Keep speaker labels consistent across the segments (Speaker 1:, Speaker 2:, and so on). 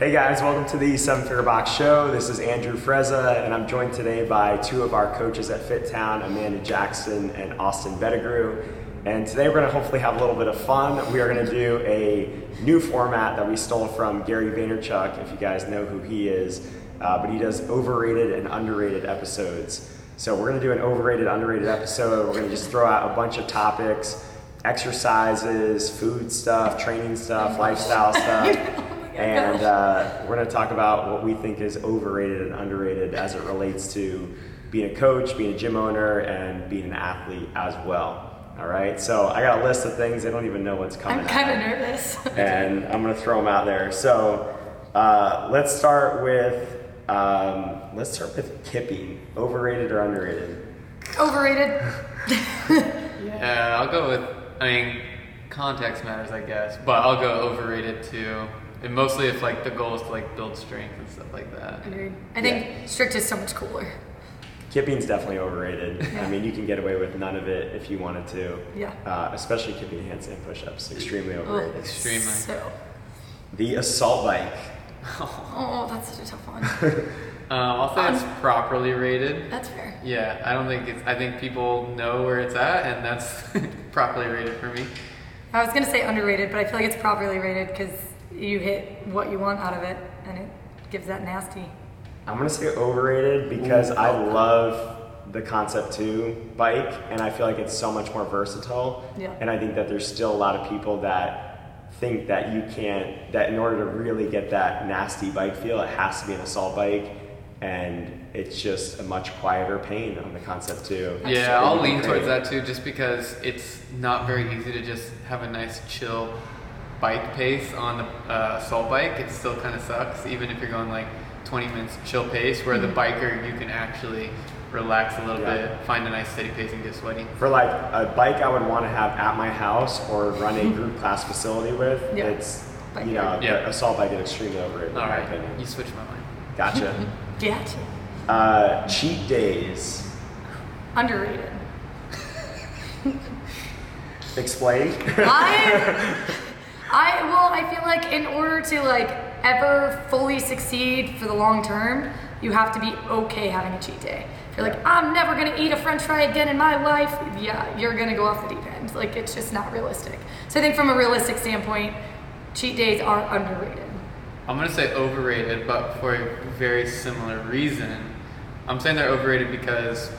Speaker 1: guys, welcome to the Seven Figure Box Show. This is Andrew Frezza, and I'm joined today by two of our coaches at Fit Town, Amanda Jackson and Austin Bettigrew. And today we're going to hopefully have a little bit of fun. We are going to do a new format that we stole from Gary Vaynerchuk, if you guys know who he is, uh, but he does overrated and underrated episodes. So we're going to do an overrated, underrated episode. We're going to just throw out a bunch of topics exercises, food stuff, training stuff, lifestyle stuff. And uh, we're going to talk about what we think is overrated and underrated as it relates to being a coach, being a gym owner, and being an athlete as well. All right, so I got a list of things. I don't even know what's coming.
Speaker 2: I'm kind
Speaker 1: at
Speaker 2: of
Speaker 1: me.
Speaker 2: nervous.
Speaker 1: and I'm gonna throw them out there. So uh, let's start with um, let's start with kipping. Overrated or underrated?
Speaker 2: Overrated.
Speaker 3: Yeah, I'll go with. I mean, context matters, I guess, but I'll go overrated too. And mostly if like the goal is to like build strength and stuff like that.
Speaker 2: Agreed. I think strict is so much cooler.
Speaker 1: Kipping's definitely overrated.
Speaker 2: Yeah.
Speaker 1: I mean, you can get away with none of it if you wanted to.
Speaker 2: Yeah.
Speaker 1: Uh, especially kipping handstand push-ups, extremely
Speaker 2: Oh,
Speaker 1: overrated.
Speaker 3: Extremely.
Speaker 2: So,
Speaker 1: The assault bike.
Speaker 2: oh, that's such a tough one.
Speaker 3: Um, I'll say it's properly rated.
Speaker 2: That's fair.
Speaker 3: Yeah, I don't think it's. I think people know where it's at, and that's properly rated for me.
Speaker 2: I was gonna say underrated, but I feel like it's properly rated because you hit what you want out of it, and it gives that nasty.
Speaker 1: I'm gonna say overrated because I love the concept two bike, and I feel like it's so much more versatile.
Speaker 2: Yeah.
Speaker 1: And I think that there's still a lot of people that think that you can't that in order to really get that nasty bike feel, it has to be an assault bike, and it's just a much quieter pain on the concept two.
Speaker 3: Yeah, I'll lean
Speaker 1: Great.
Speaker 3: towards that too, just because it's not very easy to just have a nice chill bike pace on the uh, assault bike. It still kind of sucks, even if you're going like 20 minutes chill pace, where the biker you can actually relax a little
Speaker 1: Mm-hmm. Yeah.
Speaker 3: bit, find a nice steady pace, and get sweaty.
Speaker 1: For like a bike I would want to have at my house or run a group class facility with,
Speaker 2: Mm-hmm. Yeah.
Speaker 1: it's
Speaker 2: Bike
Speaker 1: you know,
Speaker 3: ride. Yeah.
Speaker 1: assault bike is extremely overrated
Speaker 3: All
Speaker 1: in my
Speaker 3: right,
Speaker 1: opinion.
Speaker 3: you switched my mind.
Speaker 1: Gotcha.
Speaker 2: Gotcha.
Speaker 1: uh, cheat days.
Speaker 2: Underrated.
Speaker 1: Explain.
Speaker 2: I, I well, I feel like in order to like ever fully succeed for the long term, you have to be okay having a cheat day. If you're like, I'm never gonna eat a French fry again in my life, yeah, you're gonna go off the deep end. Like it's just not realistic. So I think from a realistic standpoint, cheat days are underrated.
Speaker 3: I'm gonna say overrated, but for a very similar reason. I'm saying they're overrated because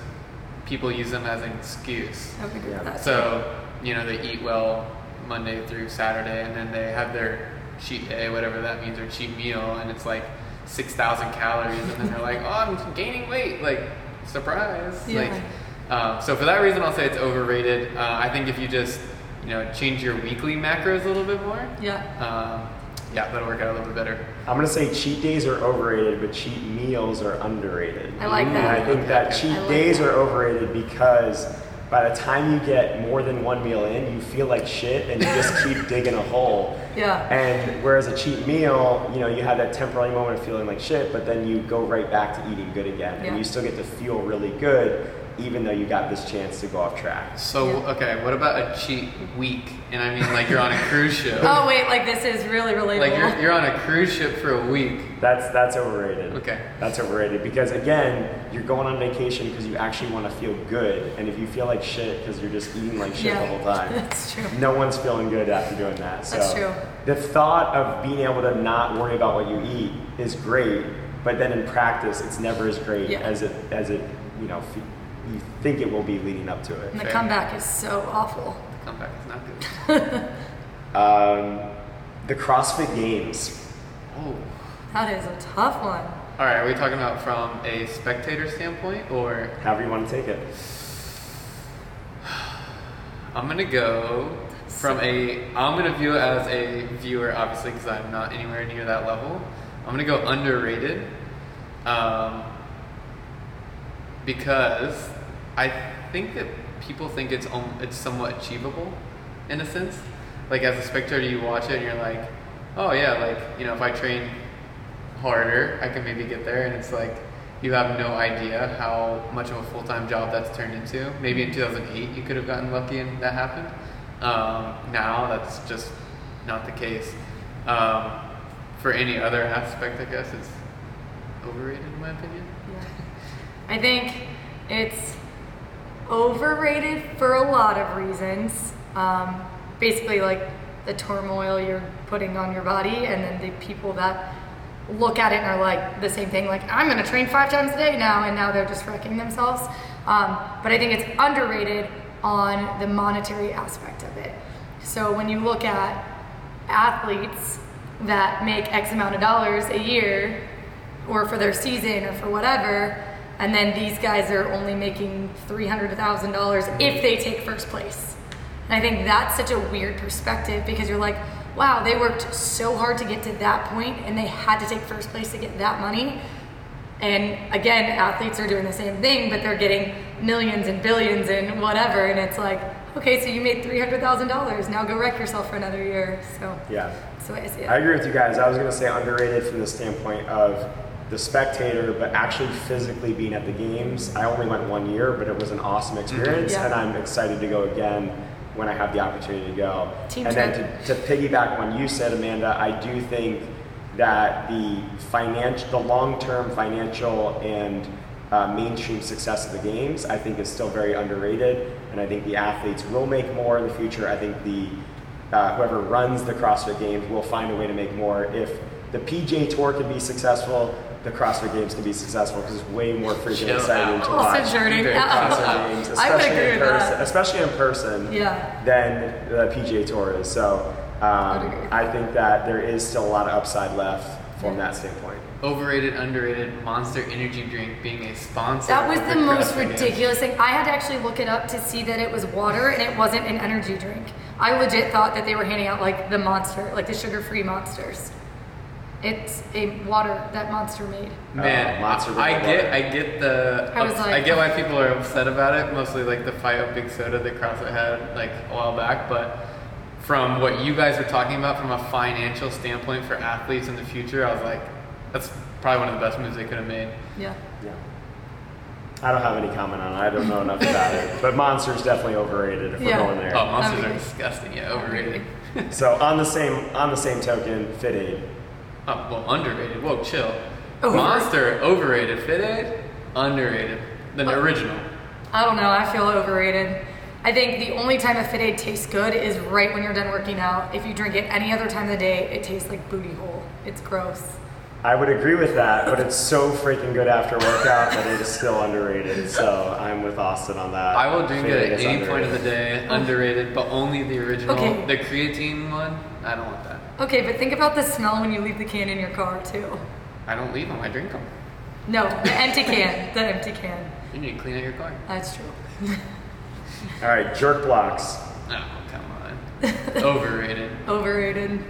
Speaker 3: people use them as an excuse.
Speaker 2: I would agree with
Speaker 1: Yeah.
Speaker 2: that.
Speaker 3: So, you know, they eat well Monday through Saturday, and then they have their cheat day, whatever that means, or cheat meal, and it's like 6,000 calories, and then they're like, oh, I'm gaining weight. Like, surprise.
Speaker 2: Yeah.
Speaker 3: Like, um, so for that reason, I'll say it's overrated. Uh, I think if you just, you know, change your weekly macros a little bit more,
Speaker 2: yeah.
Speaker 3: um, yeah, that'll work out a little bit better.
Speaker 1: I'm gonna say cheat days are overrated, but cheat meals are underrated.
Speaker 2: I like
Speaker 1: And
Speaker 2: that.
Speaker 1: I think that cheat
Speaker 2: I like
Speaker 1: days
Speaker 2: that.
Speaker 1: are overrated because by the time you get more than one meal in, you feel like shit and you just keep digging a hole.
Speaker 2: Yeah.
Speaker 1: And whereas a cheat meal, you know, you have that temporary moment of feeling like shit, but then you go right back to eating good again,
Speaker 2: Yeah.
Speaker 1: and you still get to feel really good, even though you got this chance to go off track.
Speaker 3: So,
Speaker 2: Yeah.
Speaker 3: okay, what about a cheat week? And I mean, like, you're on a cruise ship.
Speaker 2: Oh wait, like this is really relatable.
Speaker 3: Like, you're, you're on a cruise ship for a week.
Speaker 1: That's that's overrated.
Speaker 3: Okay.
Speaker 1: That's overrated because again, you're going on vacation because you actually want to feel good, and if you feel like shit because you're just eating like shit the
Speaker 2: yeah.
Speaker 1: whole time,
Speaker 2: That's true.
Speaker 1: no one's feeling good after doing that. So
Speaker 2: That's true.
Speaker 1: the thought of being able to not worry about what you eat is great, but then in practice, it's never as great
Speaker 2: Yeah.
Speaker 1: as it as it you know fe- you think it will be leading up to it.
Speaker 2: And the
Speaker 3: Fair.
Speaker 2: comeback is so awful.
Speaker 3: The comeback is not good.
Speaker 1: Um, the CrossFit Games.
Speaker 3: Oh.
Speaker 2: That is a tough one.
Speaker 3: All right, are we talking about from a spectator standpoint, or
Speaker 1: However you want to take it.
Speaker 3: I'm gonna go from a I'm gonna view it as a viewer, obviously, because I'm not anywhere near that level. I'm gonna go underrated, um, because I think that people think it's om- it's somewhat achievable, in a sense. Like as a spectator, you watch it and you're like, oh yeah, like you know, if I train harder, I can maybe get there. And it's like, you have no idea how much of a full time job that's turned into. Maybe in 2008, you could have gotten lucky and that happened. Um, now, that's just not the case. Um, for any other aspect, I guess, it's overrated in my opinion.
Speaker 2: Yeah. I think it's overrated for a lot of reasons. Um, basically, like the turmoil you're putting on your body, and then the people that look at it and are like the same thing, like, I'm gonna train five times a day now, and now they're just wrecking themselves. Um, but I think it's underrated on the monetary aspect of it. So when you look at athletes that make X amount of dollars a year, or for their season, or for whatever, and then these guys are only making $300,000 if they take first place. And I think that's such a weird perspective because you're like, wow, they worked so hard to get to that point and they had to take first place to get that money. And again, athletes are doing the same thing, but they're getting millions and billions and whatever. And it's like, okay, so you made $300,000. Now go wreck yourself for another year. So,
Speaker 1: Yeah.
Speaker 2: so I see it.
Speaker 1: I agree with you guys. I was going to say underrated from the standpoint of the spectator, but actually physically being at the games. I only went one year, but it was an awesome experience,
Speaker 2: Mm-hmm. Yeah.
Speaker 1: and I'm excited to go again when I have the opportunity to go.
Speaker 2: Team
Speaker 1: and
Speaker 2: trip.
Speaker 1: then to, to piggyback on what you said, Amanda, I do think that the financial, the long-term financial and uh, mainstream success of the games, I think is still very underrated, and I think the athletes will make more in the future. I think the uh, whoever runs the CrossFit Games will find a way to make more. If the PJ Tour can be successful, the CrossFit Games can be successful because it's way more freaking
Speaker 3: Shout
Speaker 1: exciting
Speaker 3: out.
Speaker 1: to watch.
Speaker 2: Also, Oh, journey.
Speaker 3: Very
Speaker 1: CrossFit Games,
Speaker 2: I would
Speaker 1: especially
Speaker 2: agree
Speaker 1: in
Speaker 2: with
Speaker 1: person,
Speaker 2: that.
Speaker 1: especially in person
Speaker 2: Yeah.
Speaker 1: than uh, the PGA Tour is. So
Speaker 2: would agree.
Speaker 1: um, I think that there is still a lot of upside left from
Speaker 2: Yeah.
Speaker 1: that standpoint.
Speaker 3: Overrated, underrated, Monster Energy drink being a sponsor.
Speaker 2: That was
Speaker 3: of
Speaker 2: the most
Speaker 3: CrossFit Games.
Speaker 2: ridiculous thing. I had to actually look it up to see that it was water and it wasn't an energy drink. I legit thought that they were handing out like the monster, like the sugar-free monsters. It's a water that Monster made.
Speaker 3: Man,
Speaker 1: Uh, Monster
Speaker 3: I
Speaker 1: Energy
Speaker 3: get,
Speaker 1: water.
Speaker 3: I get the,
Speaker 2: I was like-
Speaker 3: get why people are upset about it. Mostly like the fight of Big Soda that CrossFit had like a while back, but from what you guys were talking about from a financial standpoint for athletes in the future, I was like, that's probably one of the best moves they could have made.
Speaker 2: Yeah.
Speaker 1: Yeah. I don't have any comment on it. I don't know enough about it. But Monster's definitely overrated if
Speaker 2: Yeah.
Speaker 1: we're going there.
Speaker 3: Oh, monsters
Speaker 2: Overrated.
Speaker 3: are disgusting. Yeah, overrated.
Speaker 1: So on the same on the same token, Fit Aid.
Speaker 3: oh, well, underrated. Whoa, chill.
Speaker 2: Overrated.
Speaker 3: Monster overrated. Fit Aid underrated. The
Speaker 2: Oh.
Speaker 3: original.
Speaker 2: I don't know. I feel overrated. I think the only time a Fit Aid tastes good is right when you're done working out. If you drink it any other time of the day, it tastes like booty hole. It's gross.
Speaker 1: I would agree with that, but it's so freaking good after workout that it is still underrated. So I'm with Austin on that.
Speaker 3: I will drink
Speaker 1: Fit
Speaker 3: it
Speaker 1: Aid
Speaker 3: at
Speaker 1: is
Speaker 3: any point of the
Speaker 1: underrated.
Speaker 3: day. Underrated, but only the original.
Speaker 2: Okay.
Speaker 3: The creatine one, I don't want that.
Speaker 2: Okay, but think about the smell when you leave the can in your car too.
Speaker 3: I don't leave them. I drink them.
Speaker 2: No, the empty can. The empty can.
Speaker 3: You need to clean out your car.
Speaker 2: That's true.
Speaker 1: All right, jerk blocks.
Speaker 3: Oh, come on. Overrated
Speaker 2: Overrated.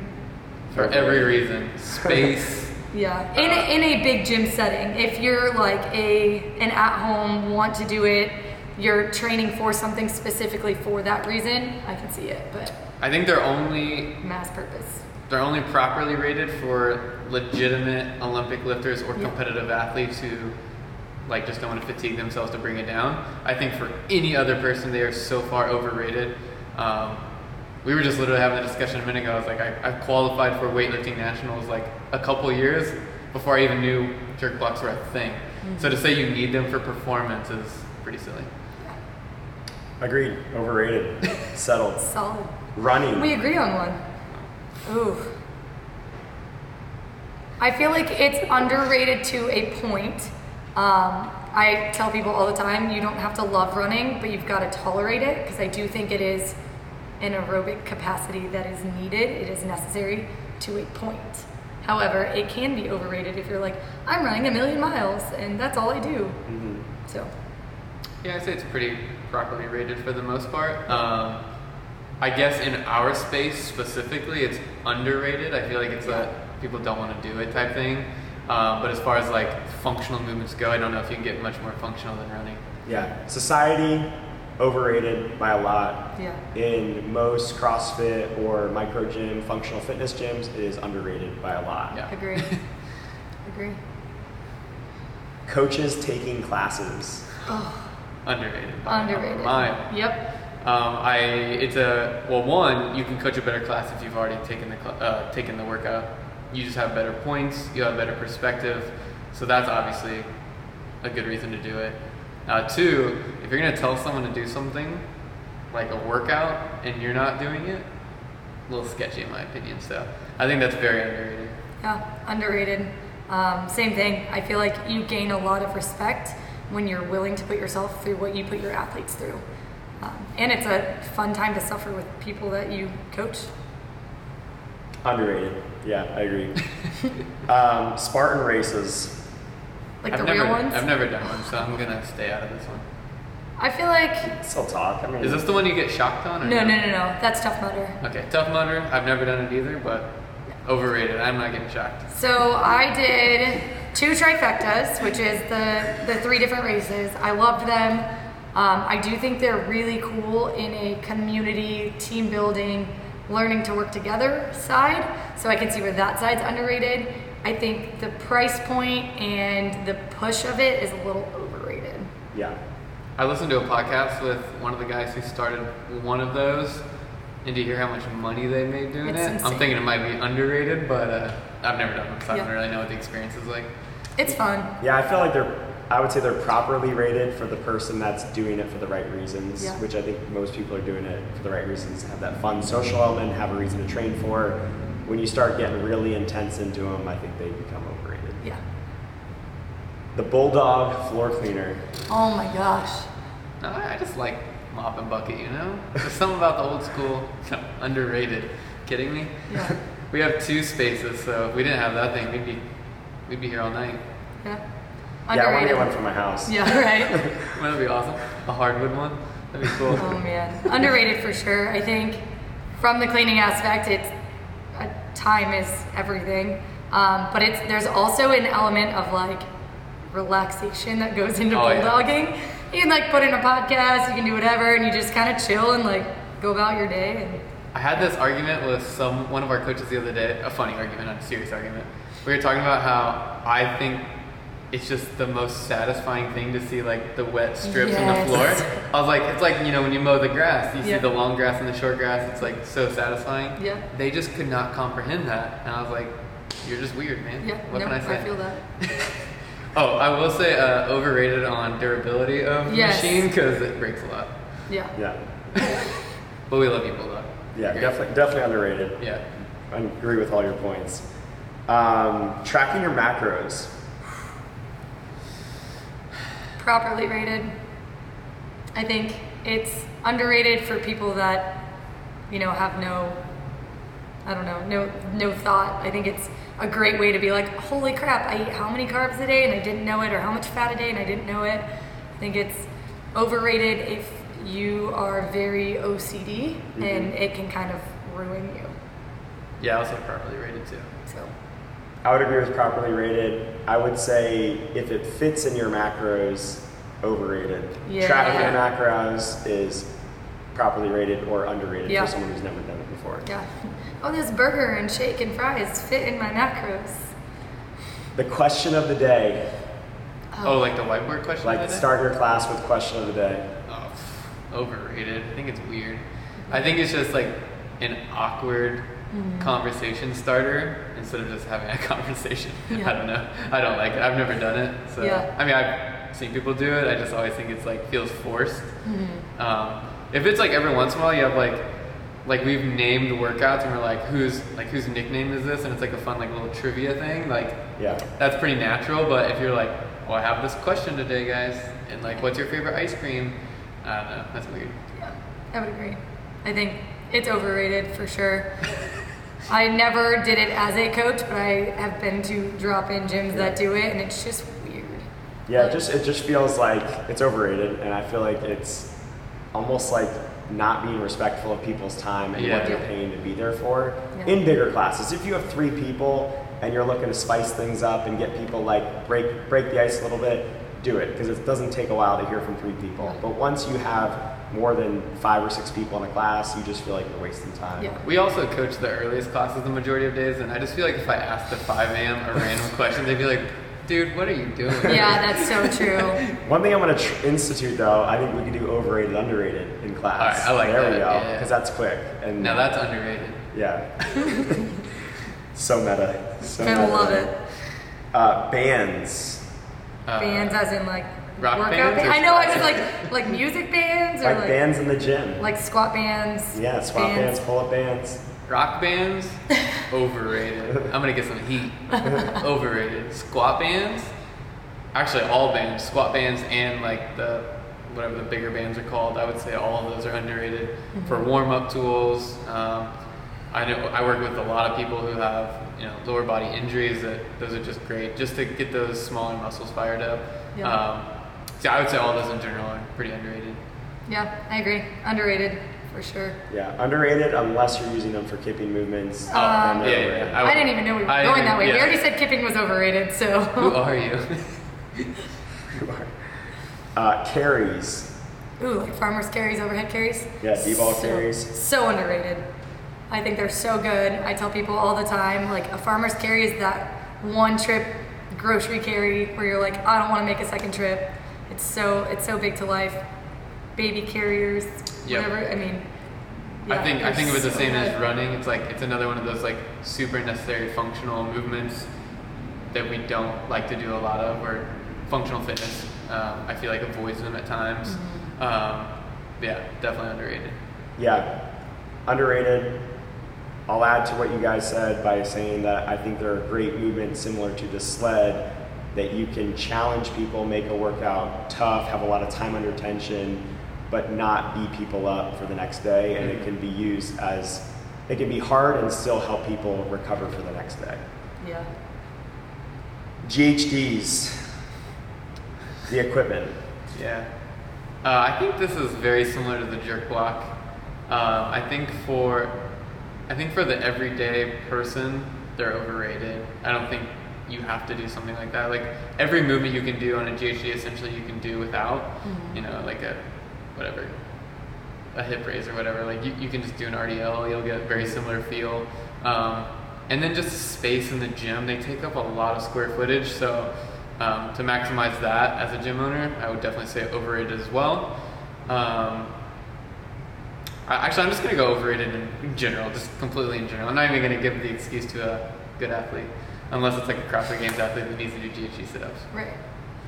Speaker 3: for every reason. Space.
Speaker 2: Yeah. In a, in a big gym setting, if you're like a an at home want to do it, you're training for something specifically for that reason, I can see it, but
Speaker 3: I think they're only
Speaker 2: mass purpose.
Speaker 3: they're only properly rated for legitimate Olympic lifters or competitive athletes who like just don't want to fatigue themselves to bring it down. I think for any other person, they are so far overrated. Um, we were just literally having a discussion a minute ago. I was like, I, I qualified for weightlifting nationals like a couple years before I even knew jerk blocks were a thing. So to say you need them for performance is pretty silly.
Speaker 1: Agreed. Overrated. Settled.
Speaker 2: Solid.
Speaker 1: Running.
Speaker 2: We agree on one. Ooh. I feel like it's underrated to a point. Um, I tell people all the time, you don't have to love running, but you've got to tolerate it because I do think it is an aerobic capacity that is needed. It is necessary to a point. However, it can be overrated if you're like, I'm running a million miles and that's all I do.
Speaker 1: Mhm.
Speaker 2: So,
Speaker 3: Yeah, I'd say it's pretty properly rated for the most part. Um, I guess in our space specifically, it's underrated. I feel like it's a people don't want to do it type thing. Um, but as far as like functional movements go, I don't know if you can get much more functional than running.
Speaker 1: Yeah, society overrated by a lot.
Speaker 2: yeah.
Speaker 1: In most CrossFit or micro gym, functional fitness gyms, it is underrated by a lot.
Speaker 3: Yeah.
Speaker 2: Agree. Agree.
Speaker 1: Coaches taking classes.
Speaker 3: Underrated. by
Speaker 2: Underrated.
Speaker 3: Mine.
Speaker 2: Yep.
Speaker 3: Um, I it's a well one you can coach a better class if you've already taken the cl- uh, taken the workout you just have better points, you have better perspective. So that's obviously a good reason to do it. Uh, two, if you're gonna tell someone to do something, like a workout, and you're not doing it, a little sketchy in my opinion. So I think that's very underrated.
Speaker 2: Yeah, underrated. Um, same thing. I feel like you gain a lot of respect when you're willing to put yourself through what you put your athletes through. Um, and it's a fun time to suffer with people that you coach.
Speaker 1: Underrated. Yeah, I agree. um, Spartan races.
Speaker 2: Like
Speaker 3: I've
Speaker 2: the
Speaker 3: never,
Speaker 2: real ones.
Speaker 3: I've never done one, so I'm gonna stay out of this one.
Speaker 2: I feel like
Speaker 1: Still talk. I mean,
Speaker 3: Is this the one you get shocked on? Or
Speaker 2: no, no, no, no. That's tough mutter.
Speaker 3: Okay, Tough Mudder. I've never done it either, but overrated. I'm not getting shocked.
Speaker 2: So I did two trifectas, which is the the three different races. I loved them. Um, I do think they're really cool in a community team building, learning to work together side. So I can see where that side's underrated. I think the price point and the push of it is a little overrated.
Speaker 1: yeah.
Speaker 3: I listened to a podcast with one of the guys who started one of those, and to hear how much money they made doing
Speaker 2: It's
Speaker 3: it,
Speaker 2: insane.
Speaker 3: I'm thinking it might be underrated, but uh, I've never done one, so I don't
Speaker 2: Yeah.
Speaker 3: really know what the experience is like.
Speaker 2: It's fun.
Speaker 1: Yeah, I feel like they're. I would say they're properly rated for the person that's doing it for the right reasons,
Speaker 2: Yeah.
Speaker 1: which I think most people are doing it for the right reasons. Have that fun social element, have a reason to train for. When you start getting really intense into them, I think they become overrated.
Speaker 2: Yeah.
Speaker 1: The bulldog floor cleaner.
Speaker 2: Oh my gosh.
Speaker 3: No, I I just like mop and bucket, you know? There's something about the old school, underrated. Kidding me?
Speaker 2: Yeah.
Speaker 3: We have two spaces, so if we didn't have that thing, we'd be, we'd be here all night.
Speaker 2: Yeah.
Speaker 1: Yeah, I want to
Speaker 2: Underrated.
Speaker 1: get one for my house.
Speaker 2: yeah. Right.
Speaker 3: Wouldn't that be awesome? A hardwood one? That'd be cool.
Speaker 2: Oh man, underrated for sure. I think from the cleaning aspect, it's uh, time is everything. Um, but it's there's also an element of like relaxation that goes into
Speaker 3: Oh, yeah.
Speaker 2: bulldogging. You can like put in a podcast, you can do whatever, and you just kind of chill and like go about your day. And
Speaker 3: I had this argument with some one of our coaches the other day. A funny argument, not a serious argument. We were talking about how I think it's just the most satisfying thing to see like the wet strips on the
Speaker 2: Yes.
Speaker 3: floor. I was like, it's like you know when you mow the grass, you
Speaker 2: Yeah.
Speaker 3: see the long grass and the short grass. It's like so satisfying.
Speaker 2: Yeah.
Speaker 3: They just could not comprehend that, and I was like, you're just weird, man.
Speaker 2: yeah,
Speaker 3: What
Speaker 2: no,
Speaker 3: can I say?
Speaker 2: feel that.
Speaker 3: Oh, I will say uh, overrated on durability of
Speaker 2: Yes.
Speaker 3: the machine because it breaks a lot.
Speaker 2: Yeah,
Speaker 1: Yeah.
Speaker 3: But we love you, Bulldog.
Speaker 1: Yeah,
Speaker 3: Great.
Speaker 1: definitely, definitely underrated.
Speaker 3: Yeah.
Speaker 1: I agree with all your points. Um, tracking your macros.
Speaker 2: properly rated. I think it's underrated for people that you know have no I don't know, no no thought. I think it's a great way to be like, holy crap, I eat how many carbs a day and I didn't know it, or how much fat a day and I didn't know it. I think it's overrated if you are very OCD
Speaker 3: Mm-hmm.
Speaker 2: and it can kind of ruin you.
Speaker 3: Yeah, I was like properly rated too.
Speaker 2: So
Speaker 1: I would agree with properly rated. I would say if it fits in your macros, overrated.
Speaker 2: Yeah.
Speaker 1: Tracking your macros is properly rated or underrated
Speaker 2: Yeah.
Speaker 1: for someone who's never done it before.
Speaker 2: yeah. Oh, this burger and shake and fries fit in my macros.
Speaker 1: The question of the day,
Speaker 3: Oh, like the whiteboard question?
Speaker 1: like
Speaker 3: of the day?
Speaker 1: start your class with question of the day.
Speaker 3: Oh, pff, overrated. I think it's weird. I think it's just like an awkward
Speaker 2: Mm-hmm.
Speaker 3: conversation starter instead of just having a conversation.
Speaker 2: Yeah.
Speaker 3: I don't know. I don't like it. I've never done it. So
Speaker 2: Yeah.
Speaker 3: I mean, I've seen people do it. I just always think it's like feels forced.
Speaker 2: Mm-hmm.
Speaker 3: Um, if it's like every once in a while, you have like like we've named workouts and we're like whose like whose nickname is this and it's like a fun like little trivia thing like
Speaker 1: Yeah.
Speaker 3: that's pretty natural. But if you're like, well, I have this question today, guys, and like, what's your favorite ice cream? I don't know. That's weird.
Speaker 2: Yeah, I would agree. I think it's overrated for sure. I never did it as a coach, but I have been to drop in gyms that do it, and it's just weird.
Speaker 1: Yeah, it just it just feels like it's overrated, and I feel like it's almost like not being respectful of people's time and
Speaker 3: Yeah.
Speaker 1: what they're paying to be there for
Speaker 2: Yeah.
Speaker 1: in bigger classes. If you have three people and you're looking to spice things up and get people like break break the ice a little bit, do it because it doesn't take a while to hear from three people. But once you have more than five or six people in a class, you just feel like you're wasting time.
Speaker 2: Yeah.
Speaker 3: We also coach the earliest classes the majority of days, and I just feel like if I asked at 5 a.m. a random question, they'd be like, dude, what are you doing?
Speaker 2: Yeah, that's so true.
Speaker 1: One thing I'm going to tr- institute though, I think we can do overrated, underrated in class.
Speaker 3: All right, I like
Speaker 1: there
Speaker 3: that,
Speaker 1: we go
Speaker 3: yeah, yeah.
Speaker 1: because that's quick and
Speaker 3: Now that's underrated.
Speaker 1: Yeah. so meta. So
Speaker 2: I love it.
Speaker 1: Uh, bands.
Speaker 3: Uh,
Speaker 2: bands, as in like
Speaker 3: rock
Speaker 2: workout
Speaker 3: bands
Speaker 2: bands.
Speaker 3: or
Speaker 2: I know. I
Speaker 3: squat
Speaker 2: was like like music bands or
Speaker 1: Like,
Speaker 2: like
Speaker 1: bands in the gym.
Speaker 2: like squat bands.
Speaker 1: yeah, swap bands, pull up bands.
Speaker 3: Rock bands, overrated. I'm gonna get some heat. overrated. Squat bands, actually all bands, squat bands and like the whatever the bigger bands are called. I would say all of those are underrated for warm up tools. Um, I know I work with a lot of people who have you know lower body injuries. That those are just great, just to get those smaller muscles fired up.
Speaker 2: Yeah.
Speaker 3: Um, so I would say all those in general are pretty underrated.
Speaker 2: Yeah, I agree. Underrated for sure.
Speaker 1: Yeah, underrated unless you're using them for kipping movements.
Speaker 2: Uh,
Speaker 1: And
Speaker 3: yeah,
Speaker 1: they're
Speaker 3: yeah, yeah.
Speaker 1: overrated.
Speaker 2: I,
Speaker 3: would-
Speaker 2: didn't even know we were
Speaker 3: I
Speaker 2: going
Speaker 3: didn't-
Speaker 2: that way. We
Speaker 3: yeah.
Speaker 2: already said kipping was overrated,
Speaker 3: Who
Speaker 2: so
Speaker 3: are you?
Speaker 1: Uh, carries.
Speaker 2: ooh, like farmers carries, overhead carries.
Speaker 1: Yeah, D-ball carries.
Speaker 2: So underrated. I think they're so good. I tell people all the time, like a farmer's carry is that one trip grocery carry where you're like, I don't want to make a second trip. It's so it's so big to life. Baby carriers,
Speaker 3: Yep.
Speaker 2: whatever. I mean,
Speaker 3: I
Speaker 2: yeah,
Speaker 3: think I
Speaker 2: they're
Speaker 3: think it was the
Speaker 2: so
Speaker 3: same
Speaker 2: good.
Speaker 3: as running. It's like it's another one of those like super necessary functional movements that we don't like to do a lot of. Or functional fitness, um, I feel like avoids them at times. Um, yeah, definitely underrated.
Speaker 1: Yeah, underrated. I'll add to what you guys said by saying that I think there are great movements similar to the sled that you can challenge people, make a workout tough, have a lot of time under tension, but not beat people up for the next day. And it can be used as, it can be hard and still help people recover for the next day.
Speaker 2: Yeah.
Speaker 1: GHDs, the equipment.
Speaker 3: Yeah. Uh, I think this is very similar to the jerk block. Um, I think for, I think for the everyday person, they're overrated. I don't think you have to do something like that. Like every movement you can do on a GHD, essentially you can do without, you know, like a, whatever, a hip raise or whatever. Like you, you can just do an RDL, you'll get a very similar feel. Um, and then just space in the gym, they take up a lot of square footage. So um, to maximize that as a gym owner, I would definitely say overrated as well. Um, I, actually, I'm just gonna go overrated in general, just completely in general. I'm not even gonna give the excuse to a good athlete, unless it's like a CrossFit Games athlete that needs to do GHD sit-ups.
Speaker 2: Right.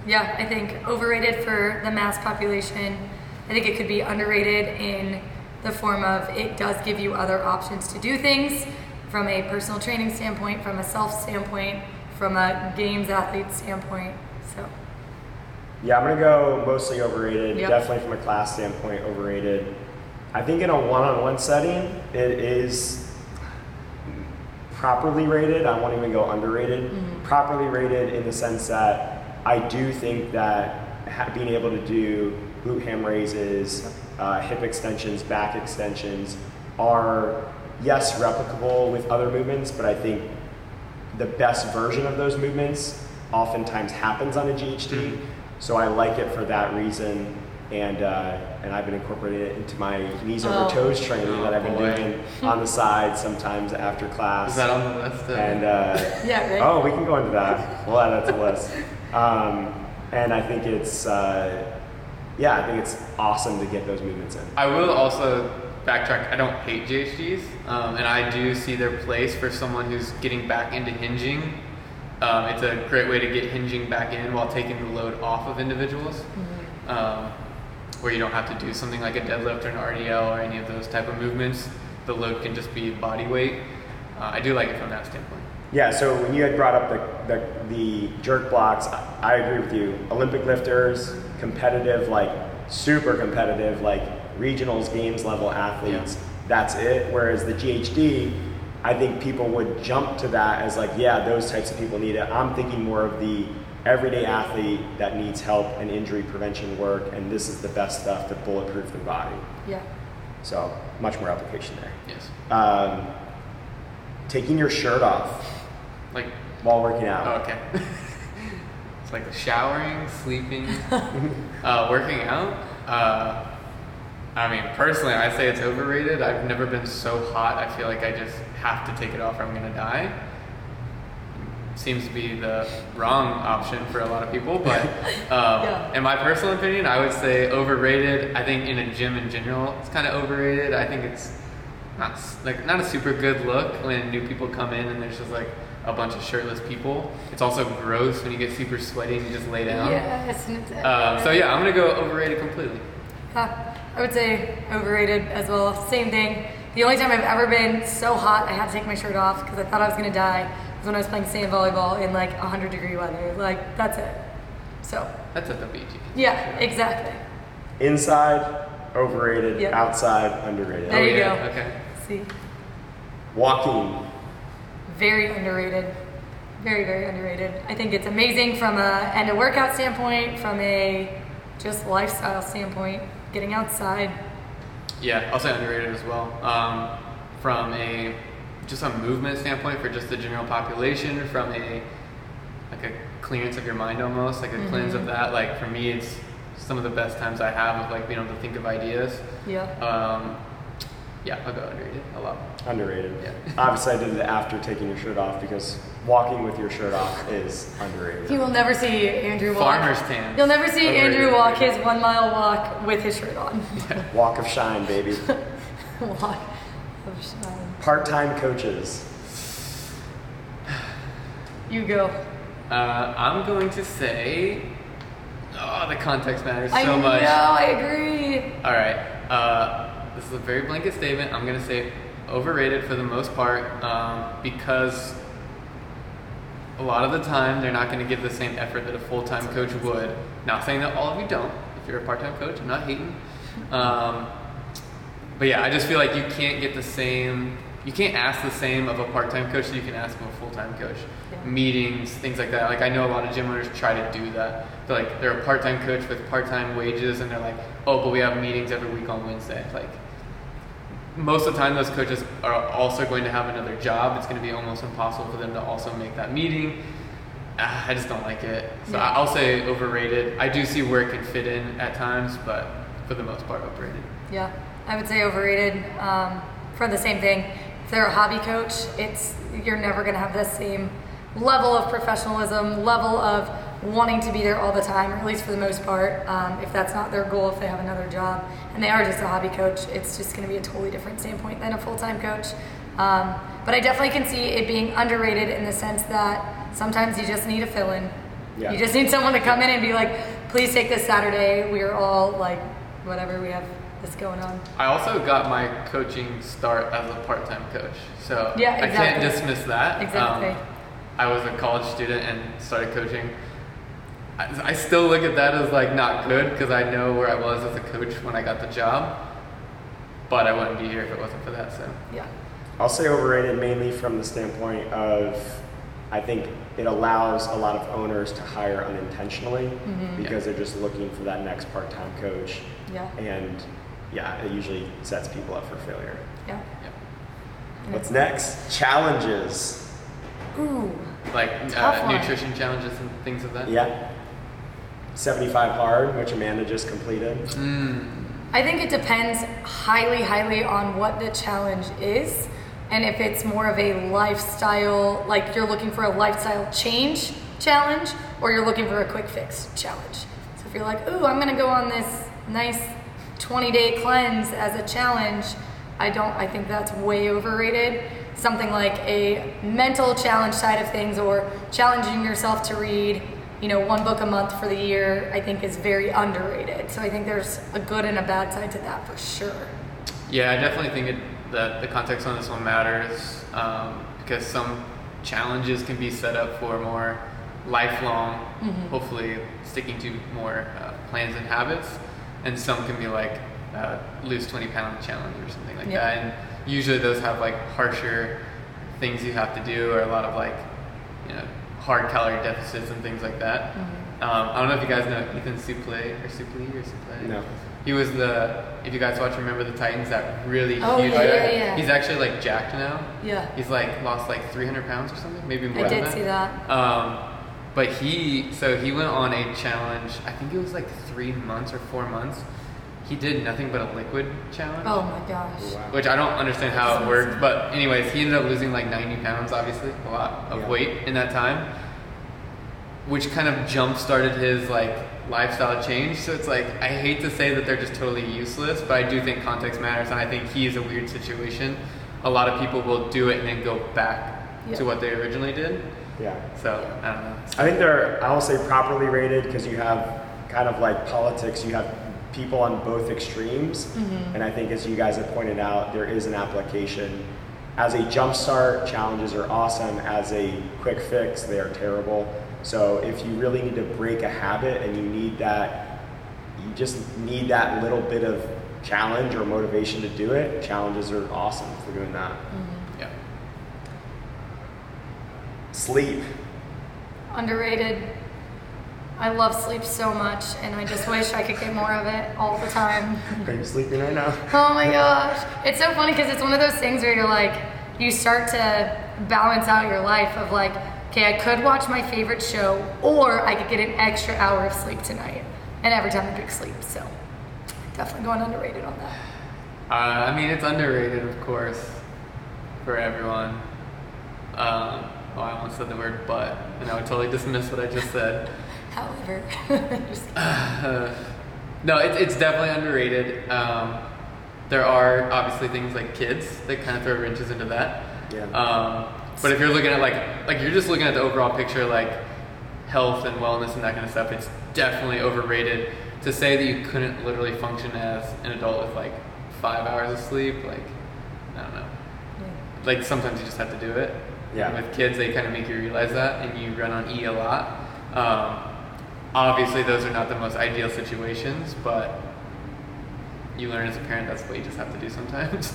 Speaker 2: Yeah, I think overrated for the mass population. I think it could be underrated in the form of it does give you other options to do things from a personal training standpoint, from a self standpoint, from a games athlete standpoint. So,
Speaker 1: Yeah, I'm gonna go mostly overrated.
Speaker 2: Yep.
Speaker 1: Definitely from a class standpoint, overrated. I think in a one-on-one setting, it is properly rated. I won't even go underrated. Properly rated in the sense that I do think that ha- being able to do boot ham raises, uh, hip extensions, back extensions are yes replicable with other movements, but I think the best version of those movements oftentimes happens on a GHD.
Speaker 3: Mm-hmm.
Speaker 1: So I like it for that reason. And, uh, and I've been incorporating it into my knees over
Speaker 2: Oh.
Speaker 1: toes training
Speaker 3: Oh,
Speaker 1: that I've been
Speaker 3: boy.
Speaker 1: doing on the side sometimes after class.
Speaker 3: Is that on the list? Of,
Speaker 1: And uh,
Speaker 2: yeah, right?
Speaker 1: oh, we can go into that. We'll add that to the list. Um, and I think it's uh, yeah, I think it's awesome to get those movements in.
Speaker 3: I will also backtrack. I don't hate JHDs, um, and I do see their place for someone who's getting back into hinging. Um, it's a great way to get hinging back in while taking the load off of individuals, um, where you don't have to do something like a deadlift or an RDL or any of those type of movements. The load can just be body weight. Uh, I do like it from that standpoint.
Speaker 1: Yeah. So when you had brought up the the, the jerk blocks, I I agree with you. Olympic lifters, competitive, like super competitive, like regionals, games level athletes. That's it. Whereas the GHD, I think people would jump to that as like, yeah, those types of people need it. I'm thinking more of the everyday athlete that needs help and injury prevention work, and this is the best stuff to bulletproof their body.
Speaker 2: Yeah.
Speaker 1: So much more application there.
Speaker 3: Yes,
Speaker 1: Um, taking your shirt off
Speaker 3: like
Speaker 1: while working out.
Speaker 3: Oh, okay. it's like showering, sleeping, uh, working out. Uh, I mean, personally, I say it's overrated. I've never been so hot. I feel like I just have to take it off or I'm going to die. Seems to be the wrong option for a lot of people, but um,
Speaker 2: Yeah.
Speaker 3: in my personal opinion, I would say overrated. I think in a gym in general, it's kind of overrated. I think it's not s- like not a super good look when new people come in and there's just like a bunch of shirtless people. It's also gross when you get super sweaty and you just lay down.
Speaker 2: Yes. and it's-
Speaker 3: Uh, so yeah, I'm gonna go overrated completely.
Speaker 2: Yeah, I would say overrated as well. Same thing. The only time I've ever been so hot I had to take my shirt off because I thought I was gonna die was when I was playing sand volleyball in like 100 degree weather. Like that's it. So
Speaker 3: That's at the beach. you can-
Speaker 2: yeah, exactly.
Speaker 1: Inside, overrated.
Speaker 2: Yep.
Speaker 1: Outside, underrated.
Speaker 2: There you
Speaker 3: yeah,
Speaker 2: go.
Speaker 3: Okay.
Speaker 2: See,
Speaker 1: Walking,
Speaker 2: very underrated. Very very underrated. I think it's amazing from a and a workout standpoint, from a just lifestyle standpoint, getting outside.
Speaker 3: Yeah, I'll say underrated as well. Um, from a just a movement standpoint for just the general population, from a like a clearance of your mind almost, like a
Speaker 2: Mm-hmm.
Speaker 3: cleanse of that. Like for me, it's some of the best times I have of like being able to think of ideas.
Speaker 2: Yeah.
Speaker 3: Um, yeah, I'll go underrated a lot.
Speaker 1: underrated.
Speaker 3: Yeah.
Speaker 1: Obviously, I did it after taking your shirt off because walking with your shirt off is underrated.
Speaker 2: You will never see Andrew walk.
Speaker 3: Farmer's tan.
Speaker 2: You'll never see
Speaker 3: Underrated.
Speaker 2: Andrew walk his one mile walk with his shirt on.
Speaker 1: Walk of shine, baby.
Speaker 2: walk of shine.
Speaker 1: Part-time coaches.
Speaker 2: You go.
Speaker 3: Uh, I'm going to say, oh, the context matters so
Speaker 2: I know,
Speaker 3: much.
Speaker 2: I agree.
Speaker 3: All right. Uh, this is a very blanket statement. I'm going to say overrated for the most part um, because a lot of the time they're not going to give the same effort that a full time coach would. Not saying that all of you don't. If you're a part time coach, I'm not hating. Um, but yeah, I just feel like you can't get the same. You can't ask the same of a part-time coach that you can ask of a full-time coach.
Speaker 2: Yeah.
Speaker 3: Meetings, things like that. Like I know a lot of gym owners try to do that. They're like they're a part-time coach with part-time wages, and they're like, oh, but we have meetings every week on Wednesday. Like most of the time, those coaches are also going to have another job. It's going to be almost impossible for them to also make that meeting. Ah, I just don't like it. So
Speaker 2: Yeah.
Speaker 3: I I'll say overrated. I do see where it can fit in at times, but for the most part, overrated.
Speaker 2: Yeah, I would say overrated um, for the same thing. If they're a hobby coach, it's you're never gonna have the same level of professionalism, level of wanting to be there all the time, or at least for the most part. Um, if that's not their goal, if they have another job and they are just a hobby coach, it's just gonna be a totally different standpoint than a full-time coach. Um, but I definitely can see it being underrated in the sense that sometimes you just need a fill-in.
Speaker 1: Yeah.
Speaker 2: You just need someone to come in and be like, please take this Saturday. We are all like, whatever we have that's going on.
Speaker 3: I also got my coaching start as a part-time coach, so
Speaker 2: Yeah,
Speaker 3: I can't
Speaker 2: exactly.
Speaker 3: dismiss that. Um,
Speaker 2: Exactly.
Speaker 3: I was a college student and started coaching. I, I still look at that as like not good because I know where I was as a coach when I got the job, but I wouldn't be here if it wasn't for that. So
Speaker 2: Yeah.
Speaker 1: I'll say overrated mainly from the standpoint of I think it allows a lot of owners to hire unintentionally
Speaker 3: Mm-hmm.
Speaker 1: because they're just looking for that next part time coach.
Speaker 2: Yeah.
Speaker 1: And yeah, it usually sets people up for failure.
Speaker 2: Yeah.
Speaker 3: yeah.
Speaker 1: What's next? Challenges.
Speaker 2: Ooh.
Speaker 3: like
Speaker 2: Tough
Speaker 3: uh,
Speaker 2: one.
Speaker 3: nutrition challenges and things of that.
Speaker 1: Yeah. 75 hard, which Amanda just completed.
Speaker 2: I think it depends highly, highly on what the challenge is. And if it's more of a lifestyle, like you're looking for a lifestyle change challenge, or you're looking for a quick fix challenge. So if you're like, ooh, I'm gonna go on this nice 20 day cleanse as a challenge, I don't, I think that's way overrated. Something like a mental challenge side of things, or challenging yourself to read you know, one book a month for the year, I think is very underrated. So I think there's a good and a bad side to that for sure.
Speaker 3: Yeah, I definitely think it, that the context on this one matters um, because some challenges can be set up for more lifelong, hopefully sticking to more uh, plans and habits, and some can be like uh, lose 20 pound challenge or something like
Speaker 2: Yeah.
Speaker 3: that. And usually those have like harsher things you have to do or a lot of like you know hard calorie deficits and things like that. Um, I don't know if you guys know Ethan Suplee or Suplee or Suplee.
Speaker 1: No.
Speaker 3: He was the, if you guys watch Remember the Titans, that really
Speaker 2: Oh,
Speaker 3: huge
Speaker 2: yeah,
Speaker 3: guy.
Speaker 2: yeah, yeah.
Speaker 3: He's actually like jacked now.
Speaker 2: Yeah.
Speaker 3: He's like lost like 300 pounds or something, maybe more.
Speaker 2: I
Speaker 3: than
Speaker 2: did see that.
Speaker 3: Um, but he, so he went on a challenge, I think it was like three months or four months. He did nothing but a liquid challenge
Speaker 2: Oh my gosh.
Speaker 1: Wow.
Speaker 3: which I don't understand how
Speaker 2: That's
Speaker 3: it worked. But anyways, he ended up losing like 90 pounds, obviously, a lot of
Speaker 1: Yeah.
Speaker 3: weight in that time, which kind of jump started his like lifestyle change. So it's like I hate to say that they're just totally useless, but I do think context matters, and I think he is a weird situation. A lot of people will do it and then go back
Speaker 2: Yeah.
Speaker 3: to what they originally did.
Speaker 1: Yeah.
Speaker 3: So I don't know.
Speaker 1: I think they're, I will say, properly rated because you have kind of like politics, you have people on both extremes. And I think, as you guys have pointed out, there is an application. As a jumpstart, challenges are awesome. As a quick fix, they are terrible. So if you really need to break a habit and you need that, you just need that little bit of challenge or motivation to do it, challenges are awesome for doing that.
Speaker 3: Yeah.
Speaker 1: Sleep.
Speaker 2: Underrated. I love sleep so much, and I just wish I could get more of it all the time.
Speaker 1: Are you sleeping right now?
Speaker 2: Oh my gosh. It's so funny because it's one of those things where you're like, you start to balance out your life of like, okay, I could watch my favorite show or I could get an extra hour of sleep tonight. And every time I pick sleep, so definitely going underrated on that.
Speaker 3: Uh, I mean, it's underrated, of course, for everyone. Um, oh, I almost said the word "but," and I would totally dismiss what I just said.
Speaker 2: However, just
Speaker 3: Uh, no, it, it's definitely underrated. Um, there are obviously things like kids that kind of throw wrenches into that.
Speaker 1: Yeah.
Speaker 3: Um, but if you're looking at like like you're just looking at the overall picture, like health and wellness and that kind of stuff, it's definitely overrated. To say that you couldn't literally function as an adult with like five hours of sleep, like I don't know. Like sometimes you just have to do it.
Speaker 1: Yeah.
Speaker 3: And With kids, they kind of make you realize that, and you run on E a lot. Um, obviously, those are not the most ideal situations, but you learn as a parent that's what you just have to do sometimes.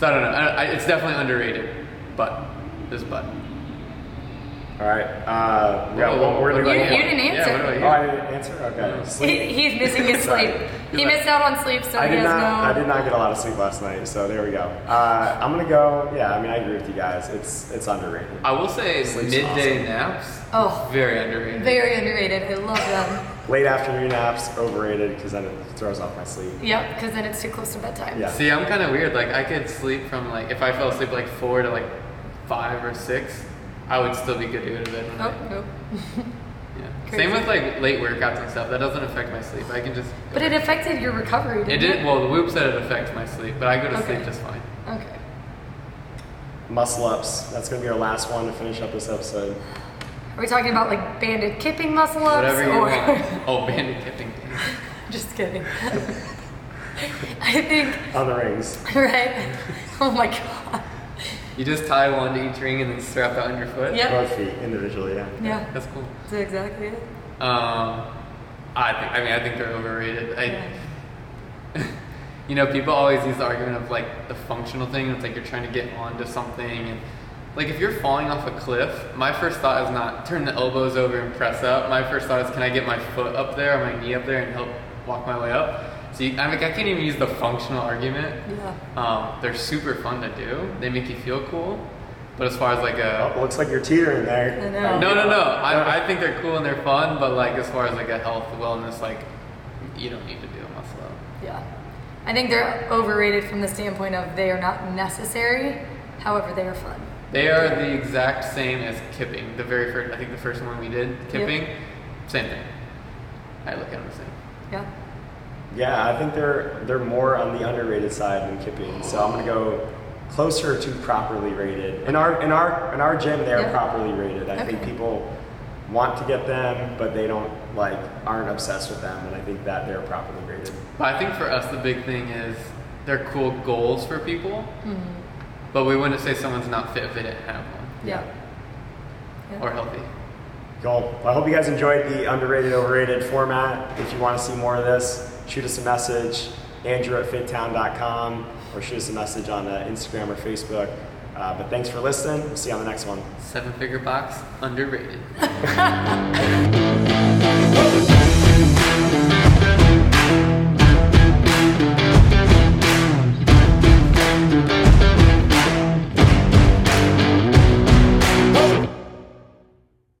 Speaker 3: so I don't know. I, I, it's definitely underrated, but there's but.
Speaker 1: All right. Uh, we got
Speaker 3: Whoa,
Speaker 1: one, we're gonna
Speaker 3: what
Speaker 1: go
Speaker 3: about
Speaker 2: You-
Speaker 1: one
Speaker 2: you didn't
Speaker 3: Yeah, what
Speaker 2: answer.
Speaker 3: about you?
Speaker 1: Oh, I didn't answer. Okay. Sleep.
Speaker 2: he, he's missing his
Speaker 1: Sorry.
Speaker 2: sleep. He
Speaker 3: You're
Speaker 2: missed out on sleep, so
Speaker 1: I
Speaker 2: he
Speaker 1: did
Speaker 2: has
Speaker 1: not. I
Speaker 2: no.
Speaker 1: did not get a lot of sleep last night, so there we go. Uh, I'm gonna go. Yeah, I mean, I agree with you guys. It's it's underrated.
Speaker 3: I will say
Speaker 1: Sleep's
Speaker 3: midday
Speaker 1: awesome.
Speaker 3: naps.
Speaker 2: Oh.
Speaker 3: Very underrated.
Speaker 2: Very underrated. I love them.
Speaker 1: Late afternoon naps overrated because then it throws off my sleep.
Speaker 2: yep, because then it's too close to bedtime.
Speaker 1: Yeah.
Speaker 3: See, I'm kind of weird. Like I could sleep from like if I fell asleep like four to like five or six, I would still be good to go to bed. when I-
Speaker 2: Oh, nope.
Speaker 3: Yeah.
Speaker 2: Crazy.
Speaker 3: Same with like late workouts and stuff. That doesn't affect my sleep. I can just. go
Speaker 2: But
Speaker 3: to
Speaker 2: it affected your recovery, didn't
Speaker 3: It
Speaker 2: it?
Speaker 3: did well. The whoop said it affects my sleep, but I go to
Speaker 2: Okay.
Speaker 3: sleep just fine.
Speaker 2: Okay.
Speaker 1: Muscle ups. That's gonna be our last one to finish up this episode.
Speaker 2: Are we talking about like banded kipping muscle ups?
Speaker 3: Whatever you
Speaker 2: or...
Speaker 3: want. Oh, bandit kipping.
Speaker 2: Just kidding. I think,
Speaker 1: On the rings.
Speaker 2: right? Oh my god.
Speaker 3: You just tie one to each ring and then strap that on your foot.
Speaker 2: Yep.
Speaker 1: Both feet individually. Yeah.
Speaker 2: Yeah,
Speaker 3: That's cool.
Speaker 2: that's exactly it.
Speaker 3: Um, I think. I mean, I think they're overrated.
Speaker 2: Yeah.
Speaker 3: I. you know, people always use the argument of like the functional thing. It's like you're trying to get onto something, and like if you're falling off a cliff, my first thought is not turn the elbows over and press up. My first thought is can I get my foot up there or my knee up there and help walk my way up. So you, I'm like I can't even use the functional argument.
Speaker 2: Yeah.
Speaker 3: Um, they're super fun to do. They make you feel cool. But as far as like a
Speaker 1: Oh, looks like you're teetering there.
Speaker 2: I know.
Speaker 3: no, no, no. I, I think they're cool and they're fun, but like as far as like a health wellness, like you don't need to do a muscle up.
Speaker 2: Yeah. I think they're overrated from the standpoint of they are not necessary, however, they are fun.
Speaker 3: They are the exact same as kipping. The very first, I think the first one we did, kipping, same thing. I look at them the same.
Speaker 2: Yeah.
Speaker 1: Yeah, I think they're they're more on the underrated side than Kipping, so I'm gonna go closer to properly rated. In our in our in our gym, they are
Speaker 2: Yeah.
Speaker 1: properly rated. I think
Speaker 2: Okay.
Speaker 1: people want to get them, but they don't like aren't obsessed with them, and I think that they're properly rated.
Speaker 3: But I think for us, the big thing is they're cool goals for people,
Speaker 2: Mm-hmm.
Speaker 3: but we wouldn't say someone's not fit if they didn't have one
Speaker 2: Yeah. Yeah.
Speaker 3: or healthy.
Speaker 1: Cool. Well, I hope you guys enjoyed the underrated overrated format. If you want to see more of this, shoot us a message, Andrew at fittown.com, or shoot us a message on uh, Instagram or Facebook. Uh, but thanks for listening. We'll see you on the next one.
Speaker 3: Seven figure box, underrated.